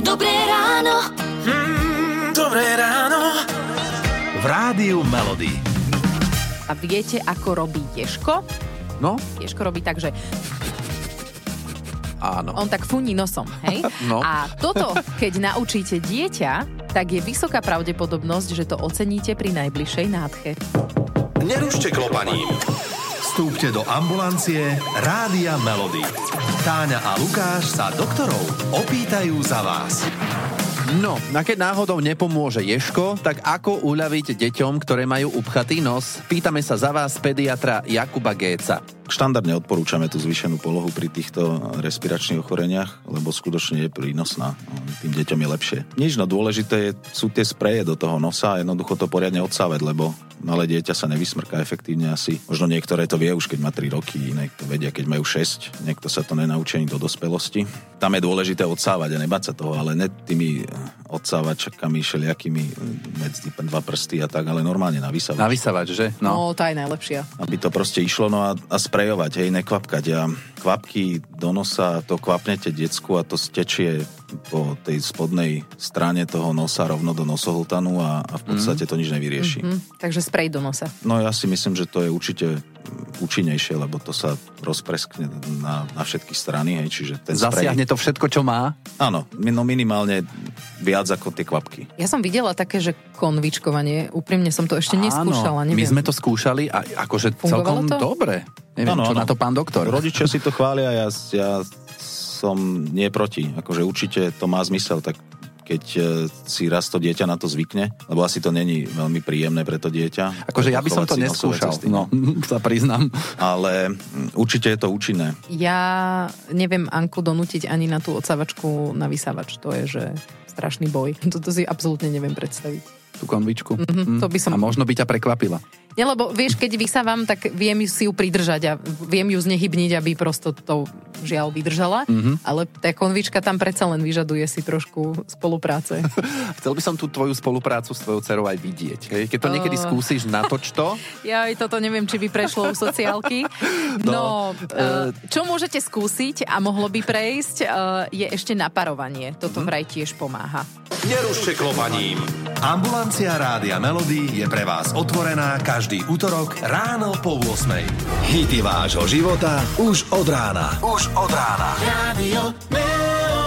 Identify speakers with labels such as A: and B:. A: Dobré ráno.
B: Mm, dobré ráno.
C: V rádiu Melody.
D: A viete, ako robí Ješko?
C: No,
D: Ješko robí tak, že
C: áno.
D: on tak funí nosom, hej?
C: No.
D: A toto, keď naučíte dieťa, tak je vysoká pravdepodobnosť, že to oceníte pri najbližšej nádche.
E: Nerušte klopaním. Vstúpte do ambulancie Rádia Melody. Táňa a Lukáš sa doktorov opýtajú za vás.
C: No, a keď náhodou nepomôže Ješko, tak ako uľaviť deťom, ktoré majú upchatý nos? Pýtame sa za vás pediatra Jakuba Géca.
F: Štandardne odporúčame tú zvýšenú polohu pri týchto respiračných ochoreniach, lebo skutočne je prínosná. Tým deťom je lepšie. Nič no dôležité je, sú tie spreje do toho nosa a jednoducho to poriadne odsávať, lebo malé dieťa sa nevysmrká efektívne asi. Možno niektoré to vie už, keď má 3 roky, iné to vedia, keď majú 6. Niekto sa to nenaučí ani do dospelosti. Tam je dôležité odsávať a nebať sa toho, ale ne tými eh, odsávačkami, šeliakými eh, medzi dva prsty a tak, ale normálne na vysavač
C: Navysavač, že? No.
D: No, tá je najlepšia.
F: aby to proste išlo, no a, a sprejovať, hej, nekvapkať. A kvapky do nosa, to kvapnete decku a to stečie po tej spodnej strane toho nosa rovno do nosohltanu a, a v podstate to nič nevyrieši.
D: Hm? Takže sprej do nosa.
F: No ja si myslím, že to je určite mm, účinnejšie, lebo to sa rozpreskne na, na všetky strany, hej, čiže ten
C: Zasiahne
F: sprej...
C: to všetko, čo má?
F: Áno, mi- no minimálne viac ako tie kvapky.
D: Ja som videla také, že konvičkovanie, úprimne som to ešte neskúšala,
C: Áno, my
D: neviem.
C: sme to skúšali a akože
D: Fungovalo to?
C: celkom dobre. Neviem,
F: Áno,
C: čo
F: áno.
C: na to pán doktor.
F: Rodičia si to chvália, ja, ja som nie proti. Akože určite to má zmysel, tak keď e, si raz to dieťa na to zvykne, lebo asi to není veľmi príjemné pre to dieťa.
C: Akože ja by som
F: Chovať
C: to
F: si nosové
C: neskúšal,
F: cesty.
C: no, sa priznám.
F: Ale mm, určite je to účinné.
D: Ja neviem Anku donútiť ani na tú odsávačku na vysávač. To je, že strašný boj. Toto si absolútne neviem predstaviť.
C: Tú konvičku.
D: Mhm, to by som...
C: A možno by ťa prekvapila.
D: Nie, lebo vieš, keď vysávam, tak viem ju si ju pridržať a viem ju znehybniť, aby prosto to žiaľ vydržala. Ale tá konvička tam predsa len vyžaduje si trošku spolupráce.
C: Chcel by som tú tvoju spoluprácu s tvojou dcerou aj vidieť. Hej? Keď to niekedy skúsiš, natoč to.
D: Ja aj toto neviem, či by prešlo u sociálky. No, eh, čo môžete skúsiť a mohlo by prejsť, eh, je ešte naparovanie. Toto vraj tiež pomáha.
E: Nerušte klopaním. Ambulancia Rádia Melody je pre vás otvorená každý útorok ráno po 8. Hity vášho života už od rána. Už od rána. Rádio Melody.